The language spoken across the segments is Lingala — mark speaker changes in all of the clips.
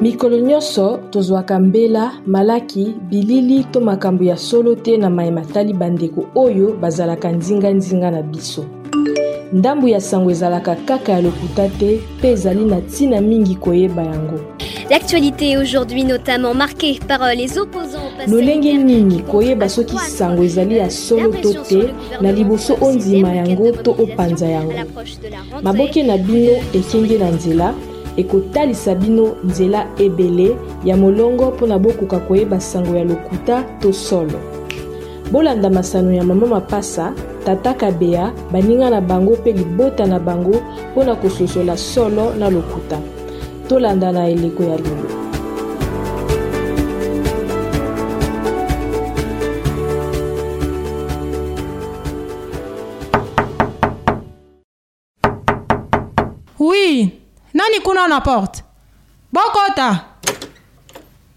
Speaker 1: mikolo nyonso tozwaka mbela malaki bilili to makambo ya solo te na mayema tali bandeko oyo bazalaka ndingandinga na biso ndambu ya sango ezalaka kaka ya lokuta te mpe ezali na ntina mingi koyeba yango
Speaker 2: L'actualité aujourd'hui notamment marquée par euh, les opposants au pass
Speaker 1: lolenge
Speaker 2: sanitaire
Speaker 1: nini
Speaker 2: qui
Speaker 1: koyeba
Speaker 2: concentrent
Speaker 1: soki
Speaker 2: à trois
Speaker 1: sango ezali ya solo to
Speaker 2: L'impression sur le
Speaker 1: te
Speaker 2: gouvernement
Speaker 1: na liboso
Speaker 2: sur le
Speaker 1: o ndima
Speaker 2: sixième
Speaker 1: yango
Speaker 2: week-end de
Speaker 1: to opanza
Speaker 2: mobilisation à
Speaker 1: yango
Speaker 2: l'approche de la rentrée.
Speaker 1: maboke na bino ekenge na nzela ekotalisa bino nzela ebele ya molongo mpona bokoka koyeba sango ya lokuta to solo bolanda masano ya mama mapasa tata kabea baninga na bango mpe libota na bango mpona kososola solo na lokuta tolanda na eleko ya lelo
Speaker 3: Oui, nani kuna na porte? Bokota.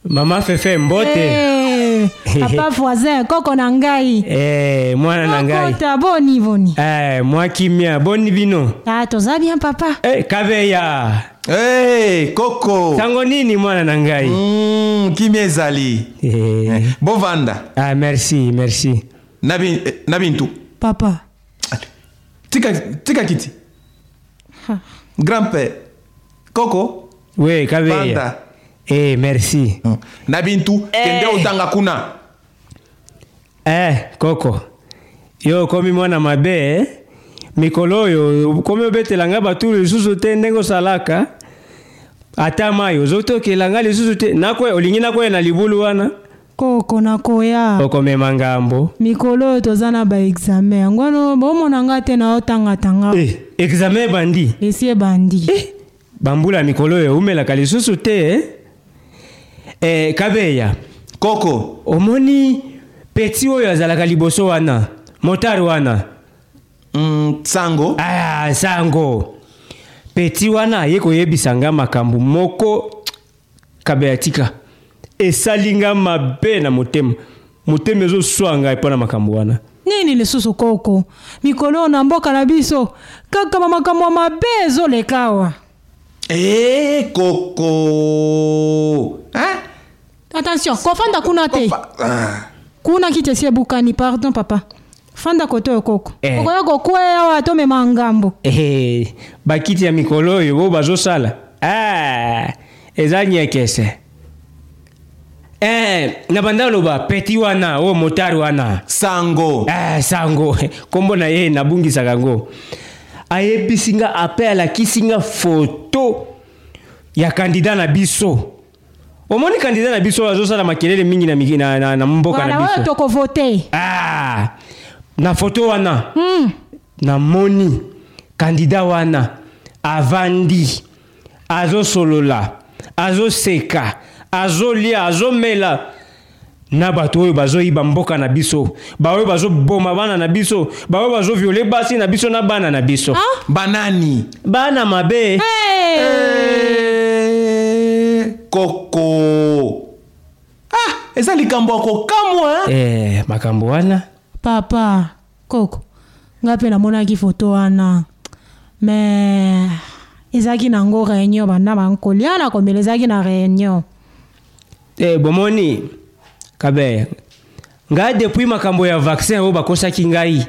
Speaker 4: mama fefe mbote
Speaker 3: Eh, papa voisin koko na ngai.
Speaker 4: Eh, mwana na ngai
Speaker 3: Bokota boni boni.
Speaker 4: Eh, mwa kimia boni bino
Speaker 3: Ah, toza bien papa.
Speaker 4: Eh, kabeya
Speaker 5: Hey, koko
Speaker 4: ntango nini mwana na ngai
Speaker 5: Mm, kimia ezali
Speaker 4: Eh.
Speaker 5: bovanda
Speaker 4: ah, merci merci
Speaker 5: na bi- eh, na bintu
Speaker 3: Papa.
Speaker 5: tika tika kiti
Speaker 3: Ha.
Speaker 5: grandpère koko
Speaker 4: we kabeya
Speaker 5: Banda.
Speaker 4: Eh, merci
Speaker 5: Mm. na bintu kende otanga kuna
Speaker 4: eh, koko yo okomi mwana mabe eh? mikolo oyo okomi obetela ngai batulu lisusu te ndenge osalaka ata mai ozotokela ngai lisusu te Nakwe- olingi nakoya na libulu wana
Speaker 3: Koko na koya.
Speaker 4: okomema ngambo
Speaker 3: Mikolo oyo toza na ba examen. Yango wana bomona nga te na otanga tanga.
Speaker 4: Eh, examen bandi
Speaker 3: Esi ebandi.
Speaker 4: bambula ya mikolo oyo eumelaka lisusu te eh? eh, kabeya
Speaker 5: koko
Speaker 4: omoni peti oyo azalaka liboso wana motare wana
Speaker 5: mm, sango
Speaker 4: ah, sango peti wana aye koyebisa nga makambo moko kabeya tika esali nga mabe na motema motema ezoswa ngai mpo na makambo wana
Speaker 3: Nini lisusu koko? Mikolo oyo na mboka na biso kaka ba makambo ya mabe ezoleka awa.
Speaker 5: Eh, koko Hein?
Speaker 3: Attention, kofanda kuna te.
Speaker 5: Ah.
Speaker 3: kuna kiti esi ebukani pardon papa fanda kote oyo koko
Speaker 4: Eh.
Speaker 3: okoya kokweya awa tomema ngambo
Speaker 4: Eh, bakiti ya mikolo oyo bo bazosala ah, eza nyekese eh, na banda loba peti wana o motare wana
Speaker 5: sango
Speaker 4: ah, sango kombo na ye nabungisaka yango ayebisi nga ape alakisi nga foto ya kandida na biso omoni kandida na biso oyo azosala makelele mingi na, miki- na, na, na mboka
Speaker 3: wala
Speaker 4: na
Speaker 3: oyo
Speaker 4: biso
Speaker 3: tokovote
Speaker 4: ah, na foto wana
Speaker 3: mm.
Speaker 4: namoni kandida wana avandi azosolola azoseka azolia azomela na bato oyo bazoyiba mboka na biso baoyo bazoboma bana na biso baoyo bazoviole basi na biso na bana na biso
Speaker 3: ah?
Speaker 5: banani
Speaker 4: bana mabe
Speaker 3: hey!
Speaker 5: Eh, koko ah eza likambo ya kokamwa eh?
Speaker 4: eh, makambo wana
Speaker 3: papa koko nga mpe namonaki foto wana me ezalaki nango réunion banda bankolia na komela ezalaki na réunion
Speaker 4: eh, bomoni kabe ngai depuis makambo ya vaccin oyo bakosaki ngai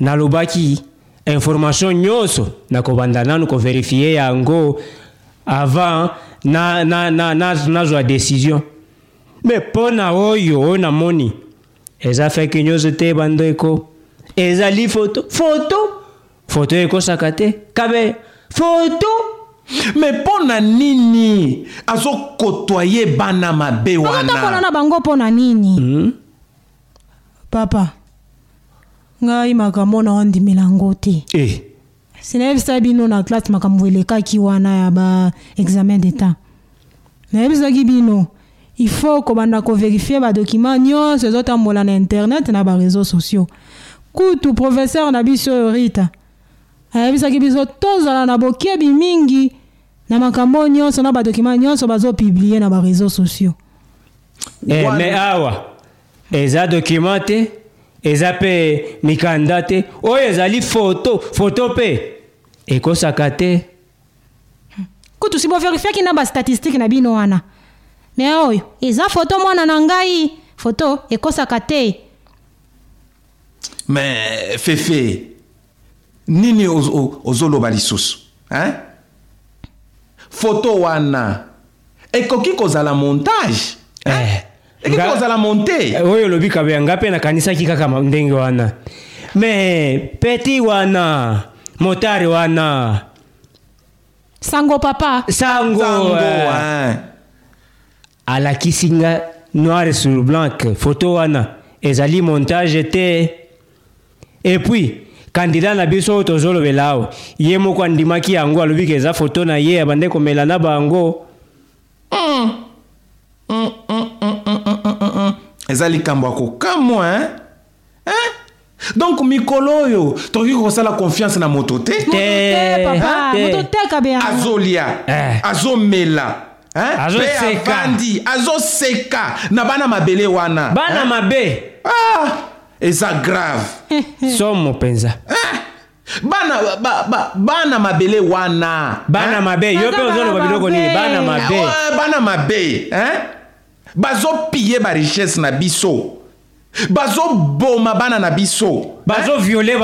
Speaker 4: nalobaki information nyonso nakobanda nanu koverifie yango avant nazwa na, na, na, na, na décision me mpo na oyo oyo namoni eza feke nyonso te bandeko ezali foto foto foto ekosaka te kabe foto
Speaker 5: me mpo na nini azokotwa ye bana mabe
Speaker 3: okotambola
Speaker 5: wana
Speaker 3: na bango mpo na nini
Speaker 4: hmm?
Speaker 3: papa ngai makambo na ondimela ngo te
Speaker 4: eh.
Speaker 3: sinayebisa bino na classe makambo elekaki wana ya ba examen d'état nayebisaki bino il faut kobanda koverifie badokima nyonso ezotambola na internet na bareseau sociaux kutu professeur na biso oyo rita ayebisaki biso tozala na bokebi mingi na makambo nyonso na badokima nyonso bazopiblie na bareseau sociaux
Speaker 4: Eh,
Speaker 5: Wana-
Speaker 4: me awa eza document te eza mpe mikanda te oyo ezali foto foto mpe ekosaka te
Speaker 3: kutu si boverifiaki na bastatistike na bino wana me oyo eza foto mwana na ngai foto ekosaka te
Speaker 5: me fefe nini oz- o- ozoloba lisusu hein? foto wana ekoki kozala montage hein?
Speaker 4: Eh,
Speaker 5: ekoki
Speaker 4: nga-
Speaker 5: kozala
Speaker 4: Eh,
Speaker 5: monte
Speaker 4: oyo olobi kabeya nga mpe nakanisaki kaka ma- ndenge wana me peti wana motare wana
Speaker 3: sango papa
Speaker 4: sango,
Speaker 5: Sango,
Speaker 4: eh,
Speaker 5: hein?
Speaker 4: alakisi nga noir sur blanc ke foto wana ezali montage te epuis kandida na biso oyo tozolobela awa ye moko andimaki yango alobi ke eza foto na ye abande komela na bango
Speaker 5: eza likambo ya kokamwa hein? hein? donc mikolo oyo tokoki kosala confiance na moto te
Speaker 3: Moto te, papa
Speaker 4: te.
Speaker 3: moto te kabeya
Speaker 5: azolia
Speaker 4: Eh.
Speaker 5: azomela hein?
Speaker 4: Azoseka.
Speaker 5: Mpe avandi azoseka na bana mabele wana
Speaker 4: bana mabe
Speaker 5: ah, eza grave
Speaker 4: somo mpenza
Speaker 5: Eh, bana ba, ba, bana mabele wana
Speaker 4: bana
Speaker 5: Hein? Eh,
Speaker 4: mabe yo mpe
Speaker 3: Baza
Speaker 4: ozoloba
Speaker 3: bana
Speaker 4: biloko nini
Speaker 3: mabe.
Speaker 4: bana mabe
Speaker 5: Ouais, bana mabe hein? bazopie barichesse na biso bazoboma bana na biso
Speaker 4: bazoviole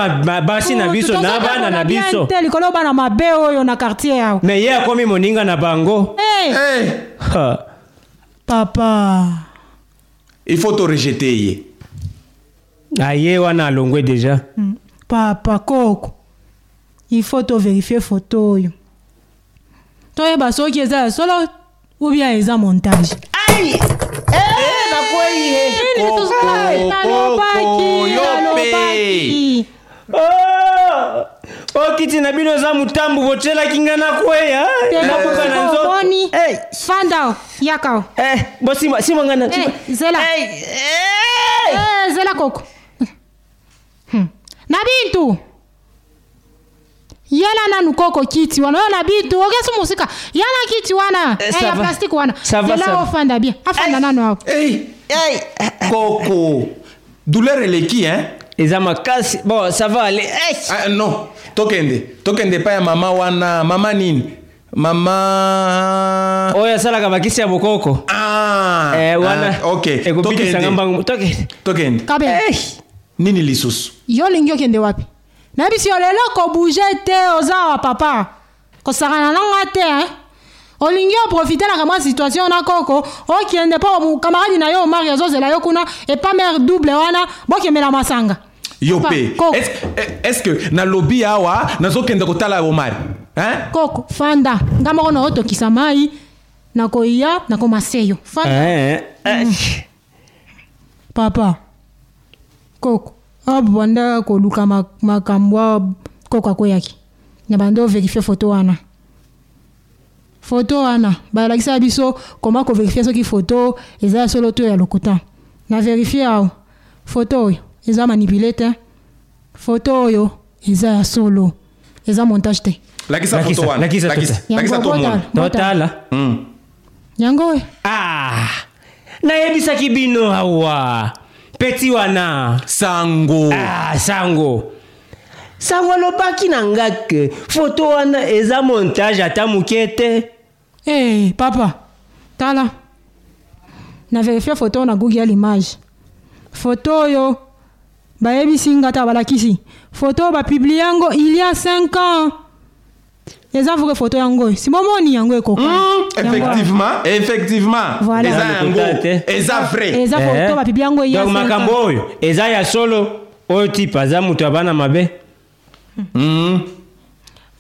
Speaker 4: basi na biso na bana na biso
Speaker 3: te likolo bana mabe oyo na quartier yao
Speaker 4: me ye akomi moninga na bango
Speaker 3: hey,
Speaker 5: Eh,
Speaker 4: Ha.
Speaker 3: papa
Speaker 5: il faut torejete ye
Speaker 4: aye wana alongwe deja
Speaker 3: Mm. papa koko ifo toverifie foto oyo toyeba soki eza ya solo ou bien eza montage
Speaker 4: Eh,
Speaker 3: Eh, Nini eh, tozosala?
Speaker 5: Koko,
Speaker 3: Nalobaki,
Speaker 5: yo
Speaker 3: nalobaki.
Speaker 4: Ah! okiti na bino eza motambu botyelaki nga na kweya
Speaker 3: Tela
Speaker 4: nakoka na
Speaker 3: mosika
Speaker 4: nzoto
Speaker 3: omoni fandao yakao
Speaker 4: Eh, bosima sima nga na
Speaker 3: Eh, zela Eh, zela koko Hmm. na bintu yala nanu koko kiti wana oyo na bintu okesu mosika yala kiti wana
Speaker 4: Eh,
Speaker 3: Eh,
Speaker 4: ça
Speaker 3: ya
Speaker 4: va.
Speaker 3: plastike wana
Speaker 4: Ça va, ça
Speaker 3: yela
Speaker 4: va. Eh.
Speaker 3: ofanda bien afanda nanu ao
Speaker 5: Hey. Eh, koko douleur eleki hein?
Speaker 4: eza makasi bon ça va aller Eh!
Speaker 5: ah, non tokende tokende epai ya mama wana mama nini mama
Speaker 4: oyo asalaka bakisi ya bokoko
Speaker 5: ah,
Speaker 4: Eh, wana
Speaker 5: ah, ok
Speaker 4: ekobitisanga
Speaker 5: Tokende,
Speaker 4: mbangu tokende
Speaker 5: tokende
Speaker 3: kabe
Speaker 4: Eh.
Speaker 5: nini lisusu
Speaker 3: yo olingi okende wapi nayebisi yo lelo kobouge te oza wa papa kosakana nanga te hein? olingi oprofite na kamwa situation na koko okende mpo kamaradi na yo omari azozela yo kuna epa mare double wana bokemela masanga
Speaker 5: yo
Speaker 3: Pa-
Speaker 5: mpe
Speaker 3: koko.
Speaker 5: eske nalobi awa nazokende kotala omari hein?
Speaker 3: koko fanda nga moko na otokisa mai nakoya nakomase yo
Speaker 4: Eh,
Speaker 3: fanda
Speaker 4: eh, eh.
Speaker 3: papa koko abanda koluka ma- makambo a koko akweyaki na banda overifie foto wana foto wana balakisaka biso koma koverifie soki foto eza ya solo to ya lokuta na verifie awa foto oyo eza manipule te foto oyo eza ya solo eza montage te
Speaker 5: lakisa
Speaker 4: Lakisa,
Speaker 5: foto wana
Speaker 4: lakisa tota.
Speaker 5: lakisa
Speaker 3: Yango
Speaker 5: to
Speaker 3: botala.
Speaker 5: mona
Speaker 4: totala
Speaker 5: Mm.
Speaker 3: yango oyo
Speaker 4: Ah! nayebisaki bino awa peti wana
Speaker 5: sango
Speaker 4: ah, sango sango alobaki na nga ke foto wana eza montage ata moke te
Speaker 3: Hey, Eh, papa, tala. Na verifia foto na Google image. Foto oyo bayebisi nga ta balakisi. Foto oyo bapiblie yango il y a 5 ans. Eza vrai foto yango. oyo. Si momoni yango ekoka.
Speaker 5: Hmm.
Speaker 4: Mm.
Speaker 5: effectivement effectivement
Speaker 3: Voilà.
Speaker 5: eza
Speaker 4: Eza
Speaker 5: yango
Speaker 4: lokuta te.
Speaker 5: eza vrai
Speaker 3: Eza
Speaker 4: Eh.
Speaker 3: foto bapiblie yango il y a
Speaker 4: Donc
Speaker 3: 5 ans.
Speaker 4: makambo oyo eza ya solo oyo tipe aza moto ya bana mabe
Speaker 5: Mm.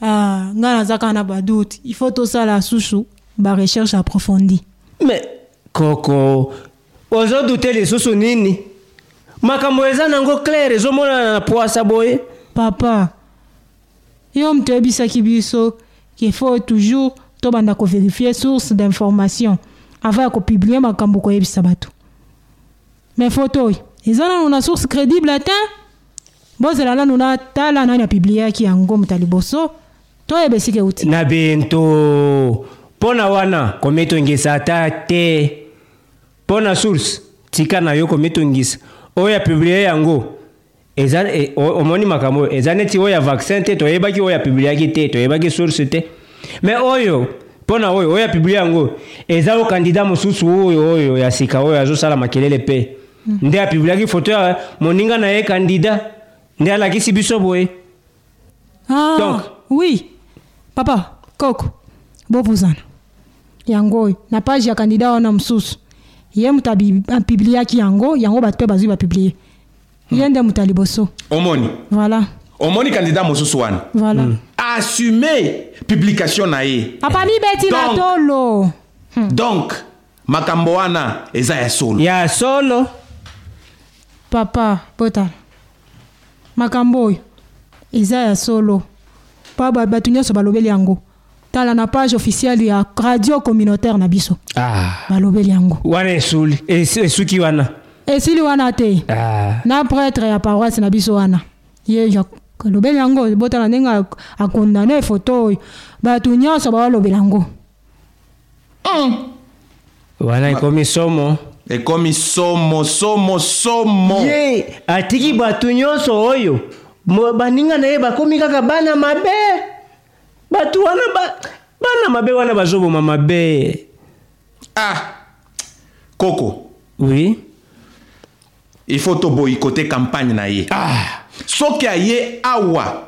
Speaker 3: Ah, nga nazaka na badoute. Il faut tosala susu ba recherche approfondie.
Speaker 4: me koko ozodute lisusu nini makambo eza nango claire ezomonana na poasa boye
Speaker 3: papa yo moto oyebisaki biso kefo toujours tobanda koverifie source d'information avant ya kopiblie makambo koyebisa bato me foto oyo eza nanu na source crédible te bozela nanu na tala nani apibliaki yango moto ya liboso toyeba esika euti
Speaker 4: na bento mpo na wana komitungisa ata te mpo na source tika na yo komitungisa oyo apiblie yango eza e- o- omoni makambo oyo eza neti oyo ya vaccin te toyebaki oyo apubliaki te toyebaki source te me oyo mpona oyo oyo apiblia yango eza o kandida mosusu oyo oyo ya sika oyo azosala makelele mpe nde apibliaki foto ya moninga na ye kandida nde alakisi biso boye
Speaker 3: ah
Speaker 4: Donc.
Speaker 3: oui papa koko bopusana yango oyo na page ya kandida wana mosusu ye moto abi- apibliaki yango yango bato mpe bazwi bapiblie ye nde moto ya liboso
Speaker 5: omoni
Speaker 3: voilà
Speaker 5: omoni kandida mosusu wana
Speaker 3: voilà
Speaker 5: asume publication na ye
Speaker 3: papa mibeti na
Speaker 5: Donc.
Speaker 3: tolo
Speaker 4: Hmm.
Speaker 5: donc makambo wana eza ya solo
Speaker 4: ya solo
Speaker 3: papa botala makambo oyo eza ya solo mpa ba- bato nyonso balobeli yango tala na page officielle ya radio communautaire na biso
Speaker 4: ah.
Speaker 3: balobeli yango
Speaker 4: wana esuli es- esuki wana
Speaker 3: esili wana te
Speaker 4: ah.
Speaker 3: na prêtre ya paroisse na biso wana ye ya- alobeli yango botala ndenge ak- akondane foto oyo bato nyonso baolobela yango
Speaker 4: wana ekomi somo
Speaker 5: Hmm. ekomi somo somo somo
Speaker 4: ye atiki bato nyonso oyo mo- baninga na ye bakomi kaka bana mabe bato wana ba- bana mabe wana bazoboma mabe
Speaker 5: ah koko
Speaker 4: oui
Speaker 5: il faut toboyikote campagne na ye
Speaker 4: ah.
Speaker 5: soki aye awa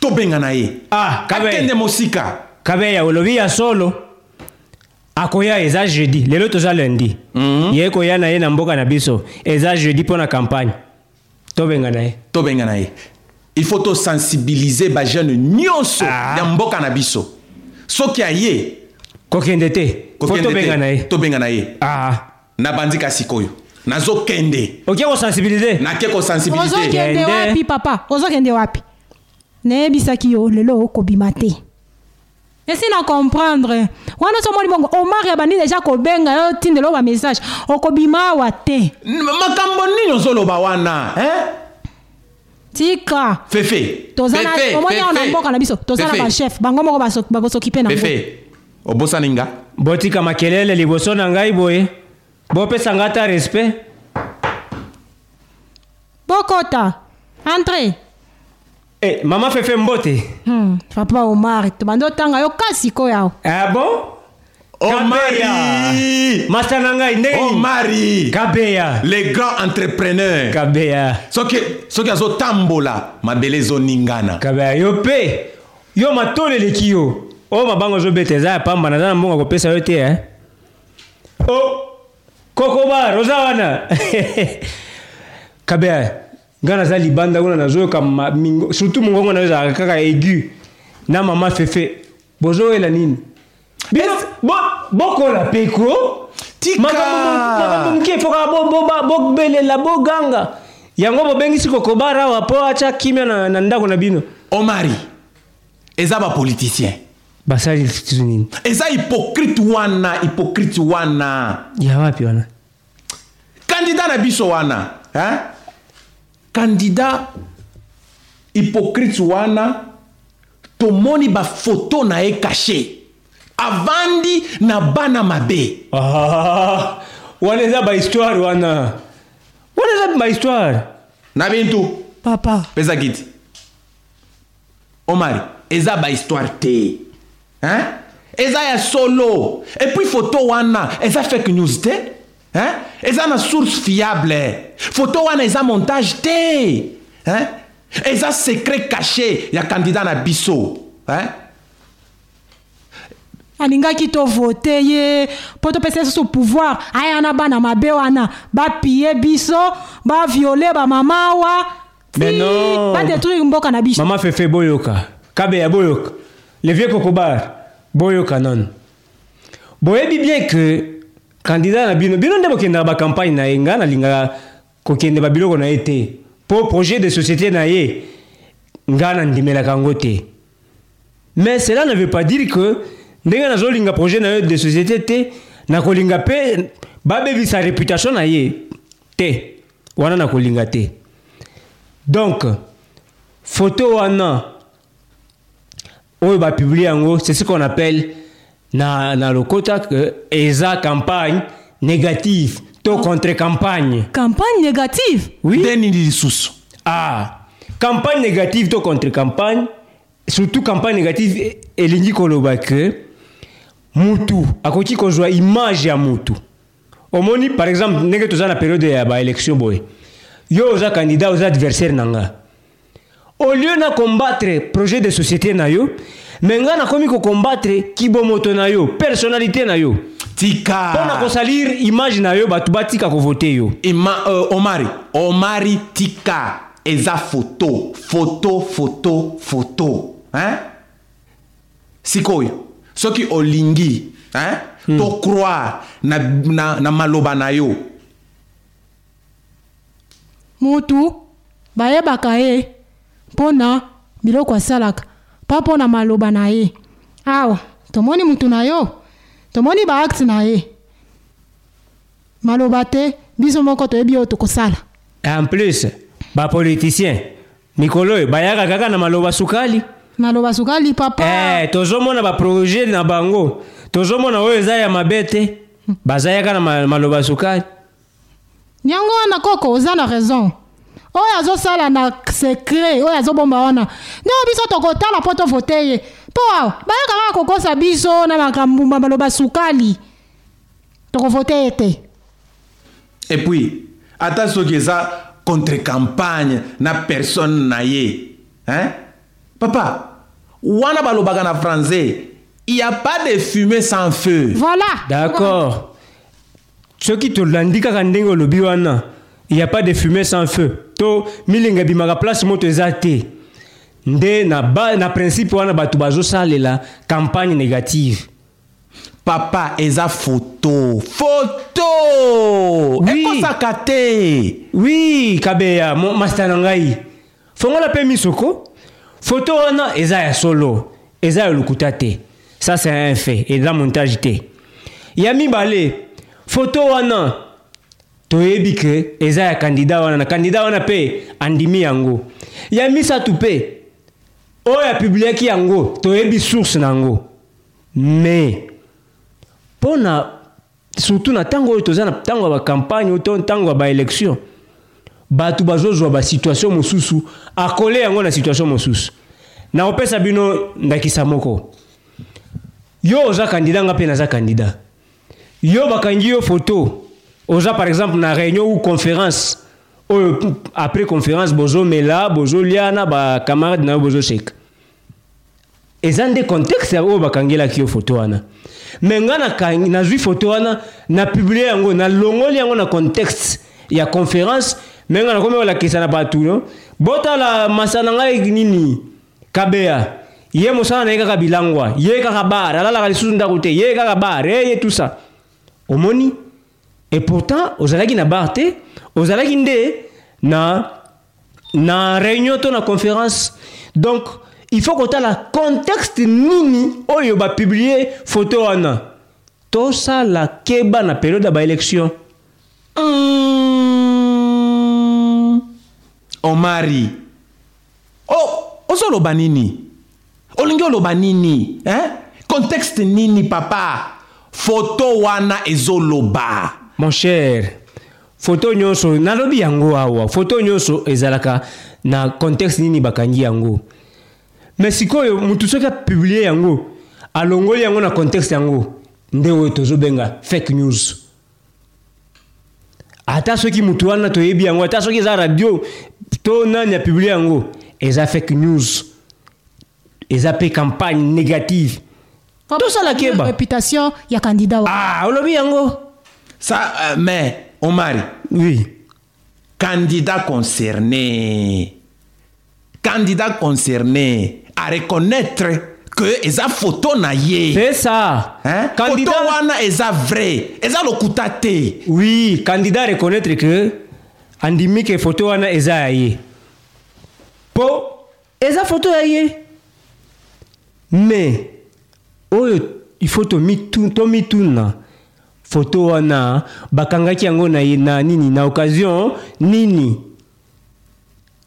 Speaker 5: tobenga na ye
Speaker 4: Ah, kabe.
Speaker 5: akende mosika
Speaker 4: kabeya olobi ya solo akoya eza jeudi lelo toza lundi mm -hmm. ye koya na ye na mboka na biso eza jeudi mpo na campagne tobenga na ye
Speaker 5: tobenga na ye il faut tosensibilize bajeune nyonso
Speaker 4: Ah.
Speaker 5: ya mboka na biso soki aye
Speaker 4: kokende te fo
Speaker 5: kokende te,
Speaker 4: tobenga na ye
Speaker 5: tobenga na ye
Speaker 4: Ah.
Speaker 5: nabandi ka sikoyo nazokende
Speaker 4: okia kosensibilize
Speaker 5: nake kosensibilize
Speaker 3: ozokende
Speaker 4: Ozokende.
Speaker 3: wapi papa ozokende wapi nayebisaki yo lelo okobima te esi na comprendre wana so omoni bongo omar ya bandi deja kobenga yo tindela yo bamessage okobima awa te
Speaker 5: N- makambo nini ozoloba wana eh?
Speaker 3: tika
Speaker 5: fefe
Speaker 3: toza na-
Speaker 5: Fefe,
Speaker 3: omoni awa na
Speaker 5: Fefe.
Speaker 3: mboka na biso toza na
Speaker 5: Fefe,
Speaker 3: bachef bango moko baso- bakosoki mpe nango
Speaker 5: fefe obosani nga
Speaker 4: botika makelele liboso na ngai boye bopesanga ata respect
Speaker 3: bokota entre
Speaker 4: Eh, mama fefe mbote
Speaker 3: hmm. papa omar tobandi otanga yo kasi koyo awa
Speaker 4: ah bon
Speaker 5: Oh, omari
Speaker 4: masa na ngai
Speaker 5: Oh,
Speaker 4: ndenge
Speaker 5: omari
Speaker 4: kabeya
Speaker 5: le grand entrepreneur
Speaker 4: kabeya
Speaker 5: soki soki azotambola mabele ezoningana
Speaker 4: kabeya yo mpe yo matole eleki yo oyo mabanga ozobeta eza ya pamba naza na mbongo ya kopesa yo te eh? Oh! o kokobar oza wana kabeya ngai naza libanda kuna nazoyoka ma- mingo- surtout mongongo na yo ezalaka kaka aigu na mama fefe bozoyela nini bino bo- bokola peko
Speaker 5: Tika!
Speaker 4: makambo moke efokaa bobelela boganga yango bobengisi kokobar awa mpo atya kimia na, na ndako na bino
Speaker 5: omari Oh, eza bapoliticien
Speaker 4: basali kitu nini
Speaker 5: eza hypocrite wana hypocrite wana
Speaker 4: ya wapi wana
Speaker 5: kandida na biso wana eh? kandida hypocrite wana tomoni bafoto na ye kashe avandi na bana mabe
Speaker 4: Ah, wana eza bahistoire wana wana eza bahistoire
Speaker 5: na bintu
Speaker 3: papa
Speaker 5: pesa kiti omari eza bahistoire te hein? eza ya solo epuis foto wana eza fake news te hein? eza na source fiable foto wana eza montage te hein? eza secret caché ya kandida na biso hein?
Speaker 3: alingaki tovote ye mpo topesa ye susu pouvoir aya na bana mabe wana bapie biso baviole bamama awa Ti,
Speaker 4: Mais non.
Speaker 3: badetruire mboka na biso
Speaker 4: mama fefe boyoka kabeya boyoka le vieux kokobar boyoka nanu boyebi bien ke kandida na bino bino nde bokendaka bakampagne na ye ngai nalingaka kokende babiloko na ye te mpo projet de société na ye ngai nandimelaka yango te mais cela ne veut pas dire que ndenge nazolinga projet na yo de société te nakolinga mpe babebisa réputation na ye te wana nakolinga te donc photo wana oyo bapiblie yango c'est ce qu'on appelle na, na lokota que eza campagne négative to contre campagne
Speaker 3: campagne négative
Speaker 4: oui
Speaker 5: nde nini lisusu
Speaker 4: ah campagne négative to contre campagne surtout campagne négative e- elingi koloba ke mutu akoki kozwa image ya mutu omoni par exemple ndenge toza na periode ya baélection boye yo oza candidat oza adversaire na nga au lieu na combattre projet de société na yo me nga nakomi kocombattre kibomoto na yo personnalité na yo mpo na
Speaker 5: tika
Speaker 4: kosalir image na yo bato batika kovote yo
Speaker 5: Ima, euh, omari omari tika eza foto foto foto foto hein? sikoyo soki olingi hein? to croire na, na, na maloba na yo
Speaker 3: mutu bayebaka ye mpona biloko asalaka mpa mpona maloba na ye awa tomoni mutu na yo tomoni baakte na ye maloba te biso moko toyebi oyo tokosala
Speaker 4: en plus bapoliticien mikolo oyo bayaka kaka na maloba sukali
Speaker 3: maloba sukali papa
Speaker 4: eh, tozomona baproje na bango tozomona oyo eza ya mabe te baza yaka na ma- maloba sukali
Speaker 3: yango wana koko oza na raison oyo azosala na sekret oyo azobomba wana nde biso tokotala mpo tovote ye mpo awa bayaka kaka kokosa biso na makambo maloba sukali tokovote ye te
Speaker 5: et puis ata soki eza contre campagne na personne na ye hein? papa wana balobaka na français il y a pas de fumée sans feu
Speaker 3: voilà
Speaker 4: d'accord soki tolandi kaka ndenge olobi wana ya pas de fumée sans feu to milinga ebimaka place moto eza te nde na, ba, na principe wana bato bazosalela campagne négative
Speaker 5: papa eza foto foto
Speaker 4: Oui.
Speaker 5: ekosaka te
Speaker 4: wi kabeya mo- master na ngai fongola mpe misoko foto wana eza ya solo eza ya lokuta te ça c'est un fait eza montage te ya mibale foto wana toyebi ke eza ya kandida wana na kandida wana mpe andimi yango ya misato mpe oyo apubliaki yango toyebi source na yango mais mpo na surtout na ntango oyo toza na ntango ya bakampagne to ntango ya baélection bato bazozwa basituation mosusu akole yango na situation mosusu na opesa bino ndakisa moko yo oza kandida nga mpe naza kandida yo bakangi yo foto oza par exemple na réunion ou conférence oyo p- après conférence bozomela bozolia na bacamarade na yo bozoseka eza nde contexte ya oyo bakangelaki yo foto wana me nga nakangi- nazwi foto wana napublie yango nalongoli yango na contexte ya conférence me nga nakomi kolakisa na bato no botala masala na ngai nini kabeya ye mosala na ye kaka bilangwa ye kaka bare alalaka lisusu ndako te ye kaka bare ye tout ça omoni et pourtant ozalaki na bare te ozalaki nde na na réunion to na conférence donc il faut kotala contexte nini oyo bapublie foto wana tosala keba na période ya baélection
Speaker 3: Mm.
Speaker 5: omari oh, ozoloba nini olingi oloba nini eh? contexte nini papa foto wana ezoloba
Speaker 4: mon cher foto nyonso nalobi yango awa foto nyonso ezalaka na contexte nini bakangi yango me sikoyo motu soki apublie yango alongoli yango na contexte yango nde oyo tozobenga fake news ata soki motu wana toyebi yango ata soki eza radio to nani apublie yango eza fake news eza mpe campagne négative tosala keba.
Speaker 3: reputation ya kandida wa
Speaker 4: ah olobi yango
Speaker 5: ça euh, mais omari
Speaker 4: oui
Speaker 5: candidat concerné candidat concerné à reconnaître que eza foto na ye
Speaker 4: c'est ça
Speaker 5: Eh, Hein?
Speaker 4: Candidat-
Speaker 5: foto wana eza vrai eza lokuta te
Speaker 4: oui candidat reconnaître que andimi ke foto wana eza ya ye mpo eza foto ya ye mais oyo ifo tomituna foto wana bakangaki yango na, ye- na nini na occasion nini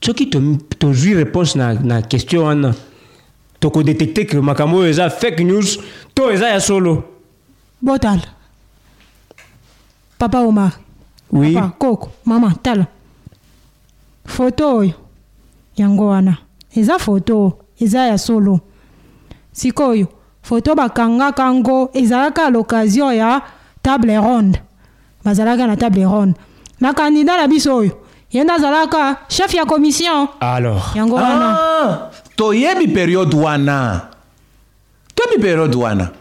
Speaker 4: soki to- tozwi réponse na, na question wana tokodetecte ke makambo oyo eza fake news to eza ya solo
Speaker 3: botala papa omar
Speaker 4: oui
Speaker 3: papa koko mama tala foto oyo yango wana eza foto eza ya solo sikoyo foto bakangaka ngo ezalaka l'occasion ya table ronde bazalaka na table ronde na kandida na biso oyo ye nde azalaka chef ya commission
Speaker 4: alors
Speaker 3: yango wana
Speaker 5: Ah, toyebi periode wana toyebi periode wana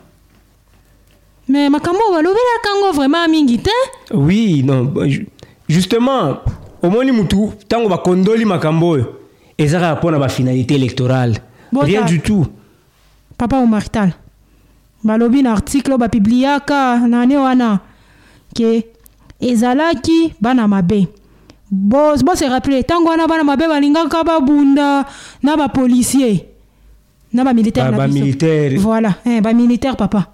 Speaker 3: me makambo oyo balobelaka ngo vraiment mingi te
Speaker 4: oui non bon, ju- justement omoni mutu ntango bakondoli makambo oyo eza kaka mpo na bafinalité électorale
Speaker 3: Bon,
Speaker 4: rien
Speaker 3: ça-
Speaker 4: du tout
Speaker 3: papa omartal balobi na article oyo bapibliaka na ane wana ke ezalaki bana mabe Bo- bose rappele ntango wana bana mabe balingaka babunda na bapolisier na bamilitaire
Speaker 4: Ba-
Speaker 3: na biso.
Speaker 4: bamilitaire.
Speaker 3: voilà eh, bamilitaire papa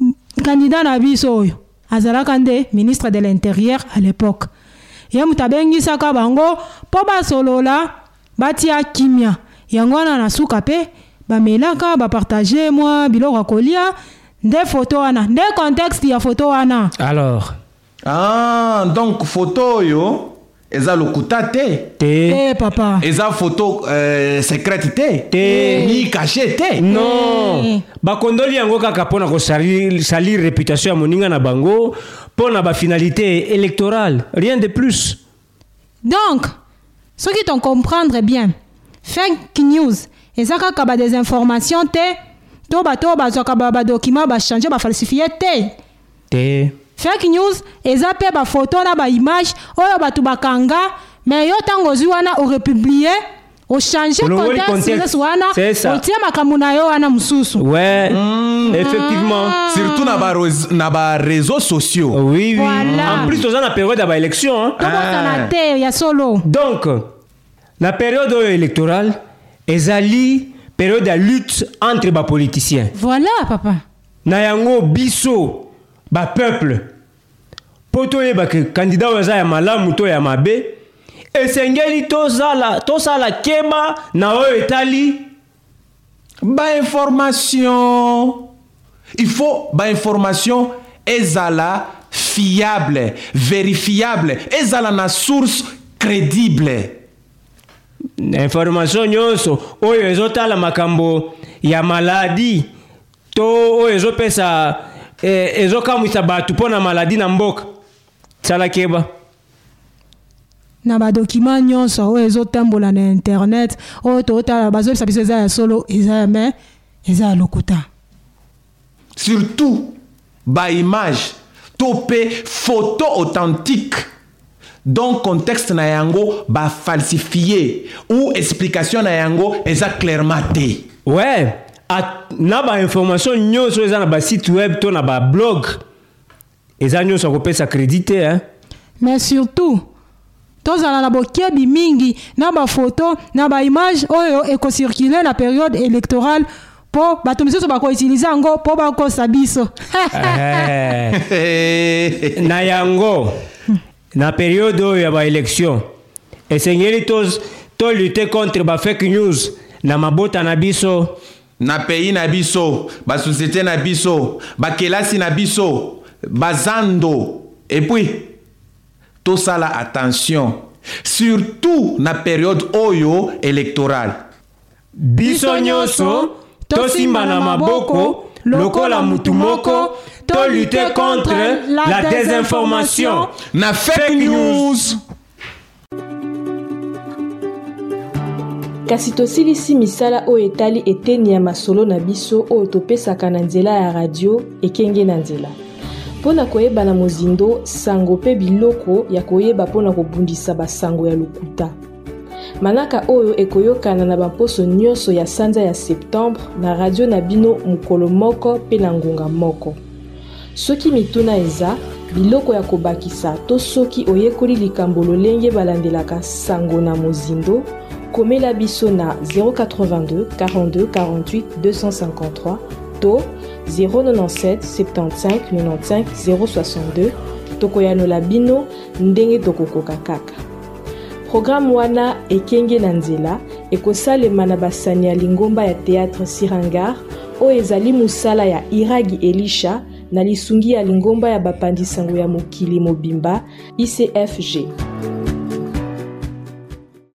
Speaker 3: M- kandida na biso oyo azalaka nde ministre de l'intérieur à l'époque ye moto abengisaka bango mpo basolola batia kimia yango wana na suka mpe bamelaka bapartage mwa biloko ya kolia nde foto wana nde contexte ya foto wana
Speaker 4: alors
Speaker 5: ah, donc foto oyo eza lokuta te
Speaker 4: te
Speaker 3: Eh, papa
Speaker 5: eza foto euh, secrète te
Speaker 4: Te. Mm.
Speaker 5: ni cache te
Speaker 4: non
Speaker 3: Eh.
Speaker 4: bakondoli yango kaka mpo na kosalir salir réputation ya moninga na bango mpo na bafinalité électorale rien de plus
Speaker 3: donc soki tocomprendre bien fake news eza kaka badesinformation te to bato oyo bazwaka ba- badokima bachange bafalsifie te
Speaker 4: te
Speaker 3: fake news eza mpe bafoto na baimage oyo bato bakanga me yo ntango ozwi wana orepublie ochange
Speaker 4: Olongoli
Speaker 3: contexte
Speaker 4: contexte.
Speaker 3: nyonso wana
Speaker 4: C'est ça.
Speaker 3: otie makambo na yo wana mosusu
Speaker 4: ouais
Speaker 3: Mm-hmm.
Speaker 4: effectivement
Speaker 5: surtout na barose- na bareseau sociaux
Speaker 4: oui oui
Speaker 3: Voilà.
Speaker 4: en plus toza na période ya baélection hein?
Speaker 3: tobotana
Speaker 5: Ah.
Speaker 3: te ya solo
Speaker 4: donc na période oyo électorale ezali période ya lutte entre bapoliticien
Speaker 3: voilà papa
Speaker 4: na yango biso bapeuple mpo toyeba ke kandida oyo aza ya malamu to ya mabe esengeli tozala tosala keba na oyo etali
Speaker 5: bainformation il faut bainformation ezala fiable vérifiable ezala na source crédible
Speaker 4: information nyonso oyo ezotala makambo ya maladi to oyo ezopesa eh, ezokamwisa bato mpo na maladi na mboka sala keba
Speaker 3: na badokima nyonso oyo ezotambola na internet oyo tootala bazolebisa biso eza ya solo eza ya me eza ya lokuta
Speaker 5: surtout baimage to mpe photo authentique donc contexte na yango bafalsifie ou explication na yango eza clairement te
Speaker 4: ouais at, na bainformation nyonso eza na basite web to na bablog eza nyonso ya kopesa crédit te hein?
Speaker 3: mais surtout tozala na bokebi mingi na bafoto na baimage oyo ekocircule na période électorale mpo bato misusu bakoutilize yango mpo bakosa biso
Speaker 4: Eh, na yango na periode oyo ya baélection esengeli toz- tolute contre bafake news na mabota na biso
Speaker 5: na pays na biso basosiété na biso bakelasi na biso bazando epuis tosala attention surtout na période oyo électorale
Speaker 4: biso nyonso tosimba na maboko lokola mutu moko tolute contre la désinformation
Speaker 5: na fake news
Speaker 1: kasi tosilisi misala oyo etali eteni ya masolo na biso oyo topesaka na nzela ya radio ekenge na nzela mpo na koyeba na mozindo sango mpe biloko ya koyeba mpo na kobundisa basango ya lokuta manaka oyo ekoyokana na bamposo nyonso ya sanza ya septembre na radio na bino mokolo moko mpe na ngonga moko soki mituna eza biloko ya kobakisa to soki oyekoli likambo lolenge balandelaka sango na mozindo komela biso na 082 42 48 253 to 097 75 95 062 tokoyanola bino ndenge tokokoka kaka programe wana ekenge na nzela ekosalema na basani ya lingomba ya théâtre sirangar oyo ezali mosala ya iragi elisha na lisungi ya lingomba ya bapanzi-sango ya mokili mobimba icfg